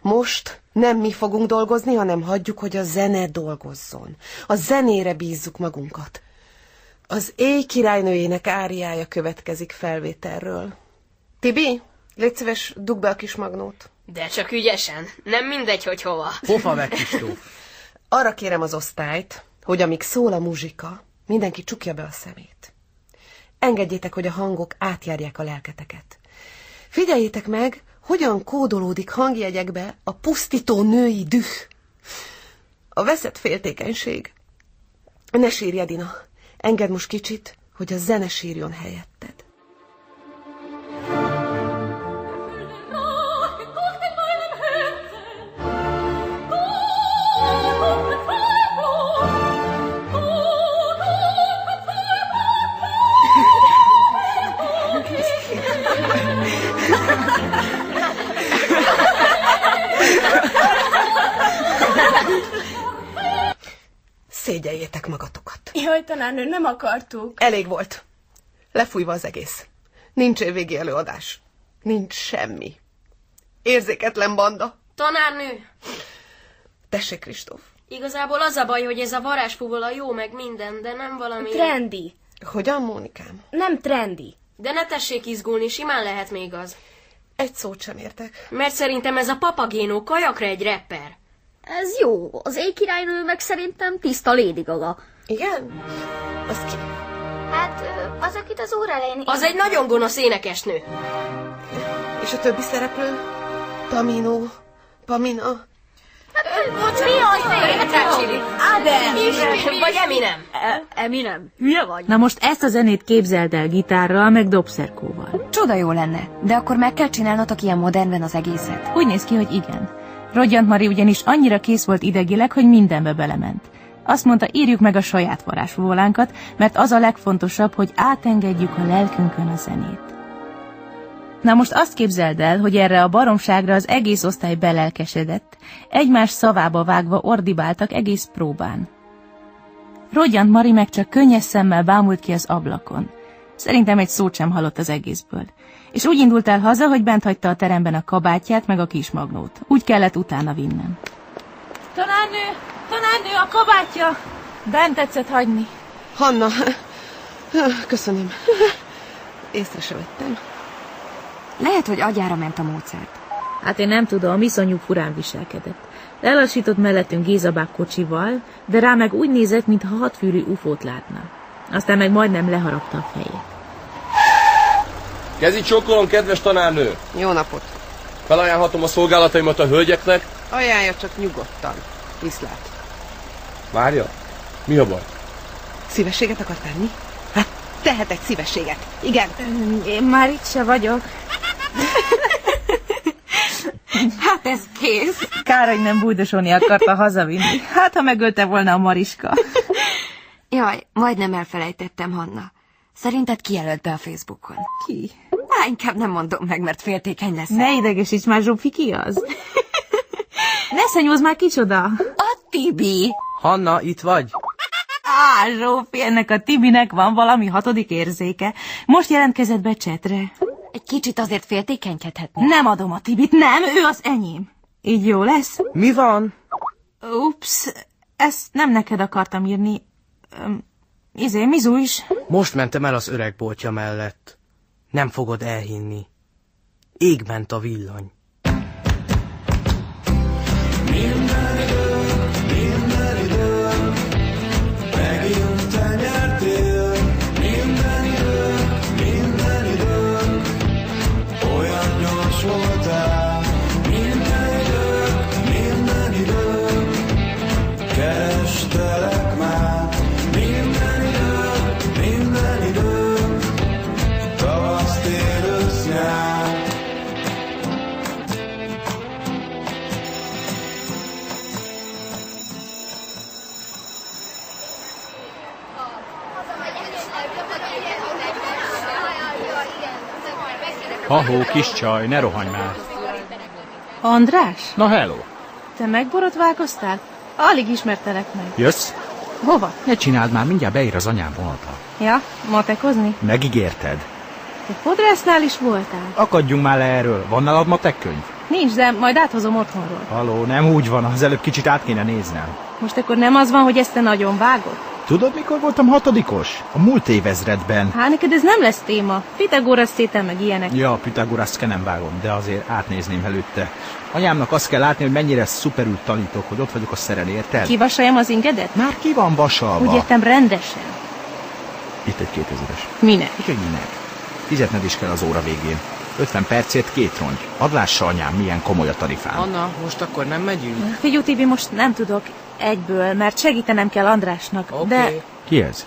Speaker 11: Most nem mi fogunk dolgozni, hanem hagyjuk, hogy a zene dolgozzon. A zenére bízzuk magunkat. Az éj királynőjének áriája következik felvételről. Tibi, légy szíves, dugd be a kis magnót.
Speaker 23: De csak ügyesen. Nem mindegy, hogy hova.
Speaker 11: (laughs) Arra kérem az osztályt, hogy amíg szól a muzsika, mindenki csukja be a szemét. Engedjétek, hogy a hangok átjárják a lelketeket. Figyeljétek meg, hogyan kódolódik hangjegyekbe a pusztító női düh. A veszett féltékenység. Ne sírj, Edina. Engedd most kicsit, hogy a zene sírjon helyetted. Szégyeljétek magatokat.
Speaker 1: Jaj, tanárnő, nem akartuk.
Speaker 11: Elég volt. Lefújva az egész. Nincs évvégi előadás. Nincs semmi. Érzéketlen banda.
Speaker 4: Tanárnő,
Speaker 11: Tessék, Kristóf.
Speaker 4: igazából az a baj, hogy ez a varázsfúvola jó meg minden, de nem valami...
Speaker 11: Hát Trendi. Hogyan, Mónikám?
Speaker 4: Nem trendi. De ne tessék izgulni, simán lehet még az.
Speaker 11: Egy szót sem értek.
Speaker 4: Mert szerintem ez a papagénó kajakra egy rapper.
Speaker 6: Ez jó. Az éjkirálynő meg szerintem tiszta Lady Gaga.
Speaker 11: Igen? Az ki...
Speaker 6: Hát ö, az, akit az óra elején...
Speaker 4: Az egy nagyon gonosz énekesnő.
Speaker 11: És a többi szereplő? Tamino, Pamina.
Speaker 4: mi az? Red Hot Chili.
Speaker 24: Adem.
Speaker 4: Vagy Eminem.
Speaker 11: E,
Speaker 6: Eminem. Hülye vagy?
Speaker 2: Na most ezt a zenét képzeld el gitárral, meg dobszerkóval.
Speaker 18: Csoda jó lenne, de akkor meg kell csinálnotok ilyen modernben az egészet.
Speaker 2: Úgy néz ki, hogy igen. Rogyant Mari ugyanis annyira kész volt idegileg, hogy mindenbe belement. Azt mondta, írjuk meg a saját varázsvólánkat, mert az a legfontosabb, hogy átengedjük a lelkünkön a zenét. Na most azt képzeld el, hogy erre a baromságra az egész osztály belelkesedett, egymás szavába vágva ordibáltak egész próbán. Rogyant Mari meg csak könnyes szemmel bámult ki az ablakon. Szerintem egy szót sem hallott az egészből. És úgy indult el haza, hogy bent hagyta a teremben a kabátját meg a kis magnót. Úgy kellett utána vinnem.
Speaker 1: Tanárnő, tanárnő, a kabátja! Bent tetszett hagyni.
Speaker 11: Hanna, Ah, köszönöm. Észre se vettem.
Speaker 18: Lehet, hogy agyára ment a módszert.
Speaker 2: Hát én nem tudom, iszonyú furán viselkedett. Lelassított mellettünk Gézabák kocsival, de rá meg úgy nézett, mintha hatfűrű ufót látna. Aztán meg majdnem leharapta a fejét.
Speaker 16: Kezi csókolom, kedves tanárnő!
Speaker 11: Jó napot!
Speaker 16: Felajánlhatom a szolgálataimat a hölgyeknek.
Speaker 11: Ajánlja csak nyugodtan. Viszlát.
Speaker 16: Várja, mi a baj?
Speaker 11: Szívességet akar tenni? Hát, tehet egy szívességet. Igen.
Speaker 1: Én már itt se vagyok.
Speaker 2: Hát ez kész. Kár, hogy nem bújdosolni akarta hazavinni. Hát, ha megölte volna a Mariska.
Speaker 18: Jaj, majdnem elfelejtettem, Hanna. Szerinted kijelölt be a Facebookon?
Speaker 2: Ki?
Speaker 18: Á, inkább nem mondom meg, mert féltékeny lesz.
Speaker 2: Ne idegesíts már, Zsófi, ki az? Ne szennyózz már kicsoda!
Speaker 18: A Tibi!
Speaker 5: Hanna, itt vagy?
Speaker 2: Á, Zsófi, ennek a Tibinek van valami hatodik érzéke. Most jelentkezett be csetre.
Speaker 18: Egy kicsit azért féltékenykedhetne.
Speaker 2: Nem adom a Tibit, nem, ő az enyém. Így jó lesz?
Speaker 5: Mi van?
Speaker 2: Ups, ezt nem neked akartam írni. Öm, izé, Mizu is.
Speaker 5: Most mentem el az öreg boltja mellett. Nem fogod elhinni. Ég ment a villany.
Speaker 8: Minden idő, megint te nyertél. Minden idő, minden idő, olyan gyors voltál. Minden idő, minden idő, kerestelek már. Minden idő, minden idő, tavasz, tél, ősz, nyár.
Speaker 21: Ahó, kis csaj, ne rohanj már.
Speaker 2: András,
Speaker 21: Na, hello.
Speaker 2: te megborotválkoztál? Alig ismertelek meg.
Speaker 21: Jössz?
Speaker 2: Hova?
Speaker 21: Ne csináld már, mindjárt beír az anyám vonata.
Speaker 2: Ja, matekozni?
Speaker 21: Megígérted.
Speaker 2: Te fodrásznál is voltál?
Speaker 21: Akadjunk már le erről. Van nálad matek könyv?
Speaker 2: Nincs, de majd áthozom otthonról.
Speaker 21: Haló, nem úgy van, az előbb kicsit át kéne néznem.
Speaker 2: Most akkor nem az van, hogy ezt te nagyon vágod?
Speaker 21: Tudod, mikor voltam hatodikos? A múlt évezredben.
Speaker 2: Hát neked ez nem lesz téma. Pitagorasz szétel meg ilyenek.
Speaker 21: Ja, a Pitagoraszt nem vágom, de azért átnézném előtte. Anyámnak azt kell látni, hogy mennyire szuperül tanítok, hogy ott vagyok a szerel, érted?
Speaker 2: Kivasoljam az ingedet?
Speaker 21: Már ki van vasalva?
Speaker 2: Úgy értem rendesen.
Speaker 21: Itt egy 2000-es.
Speaker 2: Minek?
Speaker 21: Úgyhogy minek. Fizetned is kell az óra végén. 50 percért két rongy. Add lássa anyám, milyen komoly a tarifám.
Speaker 5: Anna, most akkor nem megyünk?
Speaker 2: Figyú, Tibi, most nem tudok egyből, mert segítenem kell Andrásnak. Okay. De
Speaker 21: Ki ez?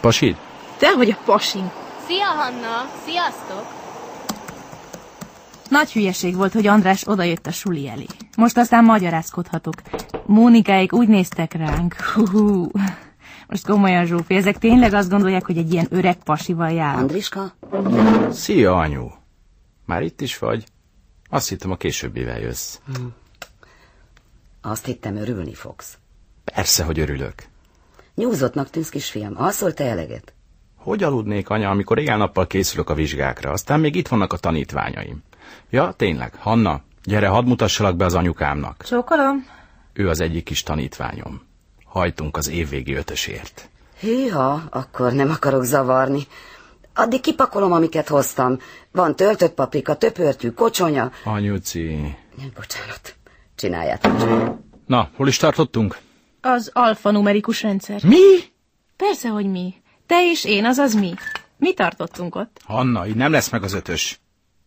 Speaker 21: Pasid?
Speaker 2: te vagy a pasim.
Speaker 24: Szia, Hanna! Sziasztok!
Speaker 2: Nagy hülyeség volt, hogy András odajött a suli elé. Most aztán magyarázkodhatok. Mónikáik úgy néztek ránk. Hú. Most komolyan, Zsófi, ezek tényleg azt gondolják, hogy egy ilyen öreg pasival jár.
Speaker 21: Szia, anyu. Már itt is vagy? Azt hittem, a későbbivel jössz.
Speaker 7: Hm. Azt hittem, örülni fogsz.
Speaker 21: Persze, hogy örülök.
Speaker 7: Nyúzottnak tűnsz, kisfiam. Alszol te eleget?
Speaker 21: Hogy aludnék, anya, amikor éjjel nappal készülök a vizsgákra, aztán még itt vannak a tanítványaim. Ja, tényleg, Hanna, gyere, hadd mutassalak be az anyukámnak.
Speaker 13: Csókolom.
Speaker 21: Ő az egyik kis tanítványom. Hajtunk az évvégi ötösért.
Speaker 7: Hűha, akkor nem akarok zavarni. Addig kipakolom, amiket hoztam. Van töltött paprika, töpörtyű, kocsonya.
Speaker 21: Anyuci...
Speaker 7: Bocsánat, csináljátok csak.
Speaker 21: Na, hol is tartottunk?
Speaker 2: Az alfanumerikus rendszer.
Speaker 21: Mi?
Speaker 2: Persze, hogy mi. Te és én, azaz mi. Mi tartottunk ott?
Speaker 21: Hanna, így nem lesz meg az ötös.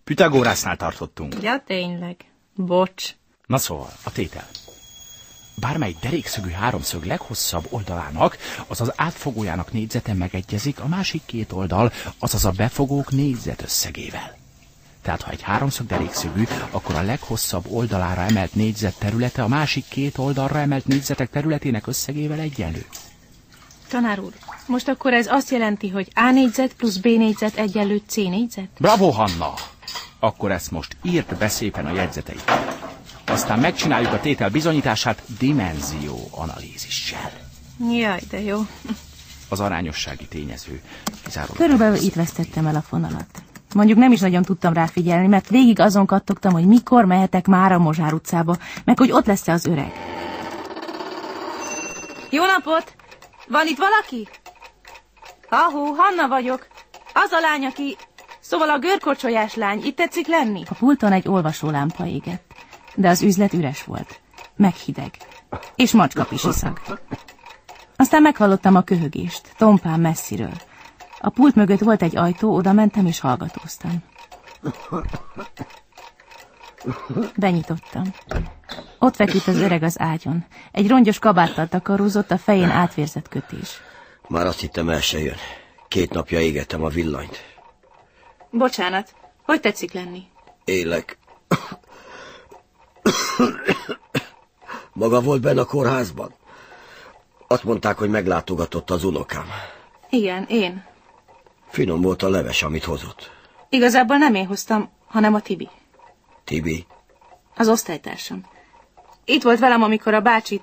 Speaker 21: Pitagórásznál tartottunk.
Speaker 2: Ja, tényleg. Bocs.
Speaker 21: Na szóval, a tétel. Bármely derékszögű háromszög leghosszabb oldalának, azaz átfogójának négyzete megegyezik a másik két oldal, azaz a befogók négyzet összegével. Tehát ha egy háromszög derékszögű, akkor a leghosszabb oldalára emelt négyzet területe a másik két oldalra emelt négyzetek területének összegével egyenlő.
Speaker 2: Tanár úr, most akkor ez azt jelenti, hogy A négyzet plusz B négyzet egyenlő C négyzet?
Speaker 21: Bravo, Hanna! Akkor ezt most írd be szépen a jegyzeteit. Aztán megcsináljuk a tétel bizonyítását dimenzió analízissel.
Speaker 2: Jaj, de jó.
Speaker 21: Az arányossági tényező. Kizárólag.
Speaker 2: Körülbelül itt vesztettem el a fonalat. Mondjuk nem is nagyon tudtam rá figyelni, mert végig azon kattogtam, hogy mikor mehetek már a Mozsár utcába, meg hogy ott lesz-e az öreg. Jó napot! Van itt valaki? Ahó, Hanna vagyok. Az a lány, aki... Szóval a görkorcsolyás lány, itt tetszik lenni? A pulton egy olvasólámpa égett, de az üzlet üres volt. Meghideg. És macska pisiszag. Aztán meghallottam a köhögést, tompán messziről. A pult mögött volt egy ajtó, oda mentem és hallgatóztam. Benyitottam. Ott feküdt az öreg az ágyon. Egy rongyos kabáttal takarózott, a fején átvérzett kötés.
Speaker 20: Már azt hittem el se jön. Két napja égettem a villanyt.
Speaker 13: Bocsánat, hogy tetszik lenni?
Speaker 20: Élek. Maga volt benne a kórházban? Azt mondták, hogy meglátogatott az unokám.
Speaker 13: Igen, én.
Speaker 20: Finom volt a leves, amit hozott.
Speaker 13: Igazából nem én hoztam, hanem a Tibi,
Speaker 20: Tibi,
Speaker 13: az osztálytársam. Itt volt velem, amikor a bácsi...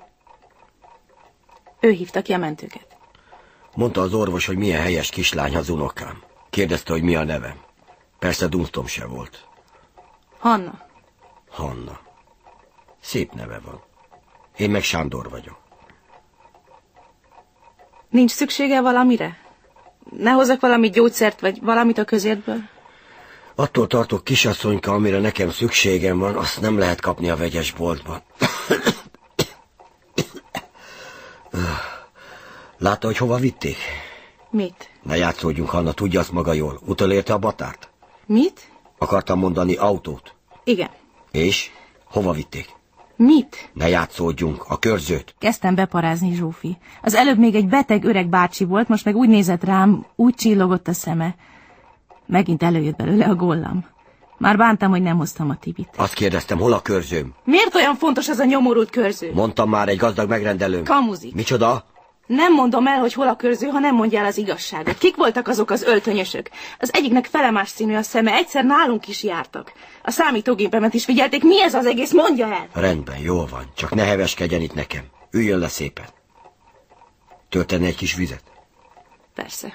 Speaker 13: Ő hívta ki a mentőket.
Speaker 20: mondta az orvos, hogy milyen helyes kislány az unokám. Kérdezte, hogy mi a nevem. Persze dunsztom se volt.
Speaker 13: Hanna.
Speaker 20: Hanna. Szép neve van. Én meg Sándor vagyok.
Speaker 13: Nincs szüksége valamire? Ne hozzak valami gyógyszert, vagy valamit a közértből?
Speaker 20: Attól tartok, kisasszonyka, amire nekem szükségem van, azt nem lehet kapni a vegyes boltban. Látta, hogy hova vitték?
Speaker 13: Mit?
Speaker 20: Ne játszódjunk, Hanna, tudja azt maga jól. Utolérte a batárt?
Speaker 13: Mit?
Speaker 20: Akartam mondani autót.
Speaker 13: Igen.
Speaker 20: És? Hova vitték?
Speaker 2: Mit?
Speaker 20: Ne játszódjunk, a körzőt.
Speaker 2: Kezdtem beparázni Zsófi. Az előbb még egy beteg öreg bácsi volt, most meg úgy nézett rám, úgy csillogott a szeme. Megint előjött belőle a gollam. Már bántam, hogy nem hoztam a Tibit.
Speaker 20: Azt kérdeztem, hol a körzőm?
Speaker 13: Miért olyan fontos ez a nyomorult körző?
Speaker 20: Mondtam már egy gazdag megrendelőm.
Speaker 13: Kamuzik.
Speaker 20: Micsoda?
Speaker 13: Nem mondom el, hogy hol a körző, ha nem mondja el az igazságot. Kik voltak azok az öltönyösök? Az egyiknek felemás színű a szeme, egyszer nálunk is jártak. A számítógépemet is figyelték, mi ez az egész, mondja el!
Speaker 20: Rendben, jól van. Csak ne heveskedjen itt nekem. Üljön le szépen. Tölteni egy kis vizet.
Speaker 13: Persze.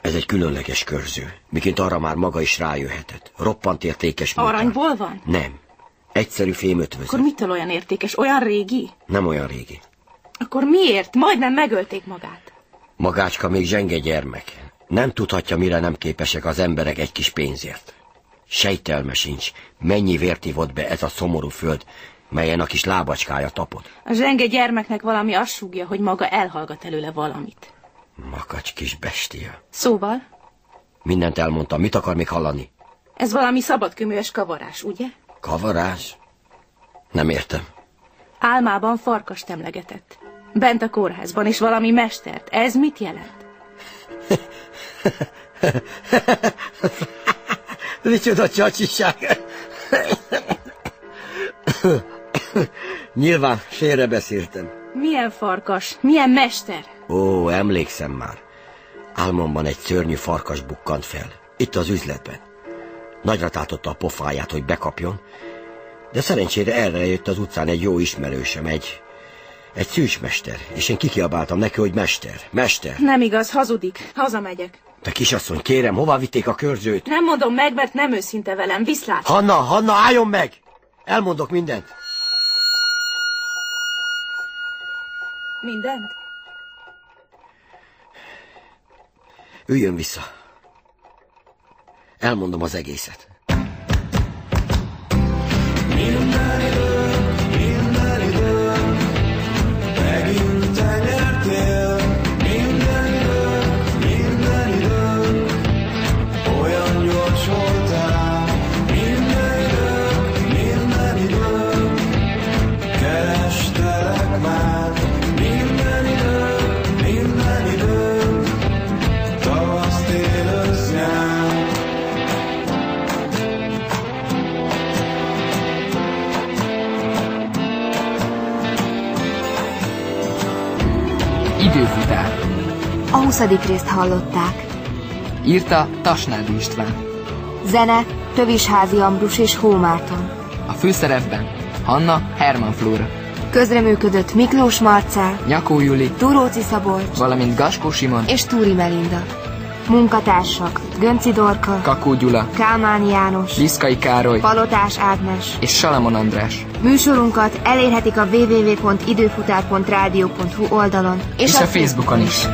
Speaker 20: Ez egy különleges körző. Miként arra már maga is rájöhetett. Roppant értékes mintát.
Speaker 13: Aranyból van?
Speaker 20: Nem. Egyszerű fémötvöző.
Speaker 13: Akkor mitől olyan értékes, olyan régi?
Speaker 20: Nem olyan régi.
Speaker 13: Akkor miért? Majdnem megölték magát.
Speaker 20: Magácska még zsenge gyermek. Nem tudhatja, mire nem képesek az emberek egy kis pénzért. Sejtelme sincs, mennyi vért ivott be ez a szomorú föld, melyen a kis lábacskája tapod.
Speaker 13: A zsenge gyermeknek valami azt súgja, hogy maga elhallgat előle valamit.
Speaker 20: Makacs kis bestia.
Speaker 13: Szóval,
Speaker 20: Mindent elmondtam, mit akar még hallani?
Speaker 13: ez valami szabadkőműves kavarás, ugye?
Speaker 20: Kavarás? Nem értem.
Speaker 13: Álmában farkas emlegetett. Bent a kórházban, és valami mestert. Ez mit jelent?
Speaker 20: Micsoda csacsiság! Nyilván félrebeszéltem.
Speaker 13: Milyen farkas? Milyen mester?
Speaker 20: Ó, emlékszem már. Álmomban egy szörnyű farkas bukkant fel. Itt az üzletben. Nagyra tátotta a pofáját, hogy bekapjon, de szerencsére erre jött az utcán egy jó ismerősöm, egy, egy szűsmester, és én kikiabáltam neki, hogy mester, mester.
Speaker 2: Nem igaz, hazudik. Hazamegyek.
Speaker 20: Te kisasszony, kérem, hová vitték a körzőt?
Speaker 2: Nem mondom meg, mert nem őszinte velem. Viszlát.
Speaker 20: Hanna, Hanna, álljon meg! Elmondok mindent.
Speaker 2: Mindent?
Speaker 20: Üljön vissza. Elmondom az egészet.
Speaker 8: Megint te nyertél, minden idő, minden idő, olyan gyors voltál. Minden idő, minden idő, kerestelek már. Minden idő, minden idő, tavasz, tél, ősz, nyár.
Speaker 9: Időfutár.
Speaker 25: A 20. részt hallották.
Speaker 9: Írta Tasnádi István.
Speaker 25: Zene Tövisházi Ambrus és Hómárton.
Speaker 9: A főszerepben Hanna Herman Flóra,
Speaker 25: Közreműködött Miklós Marcel,
Speaker 9: Nyakó Juli,
Speaker 25: Turóci Szabolcs
Speaker 9: valamint Gaskó Simon,
Speaker 25: és Túri Melinda. Munkatársak Gönci Dorka,
Speaker 9: Kakó Gyula,
Speaker 25: Kálmán János,
Speaker 9: Liszkai Károly
Speaker 25: Palotás Ágnes.
Speaker 9: és Salamon András.
Speaker 25: Műsorunkat elérhetik a www.időfutár.rádió.hu oldalon
Speaker 9: És a Facebookon is.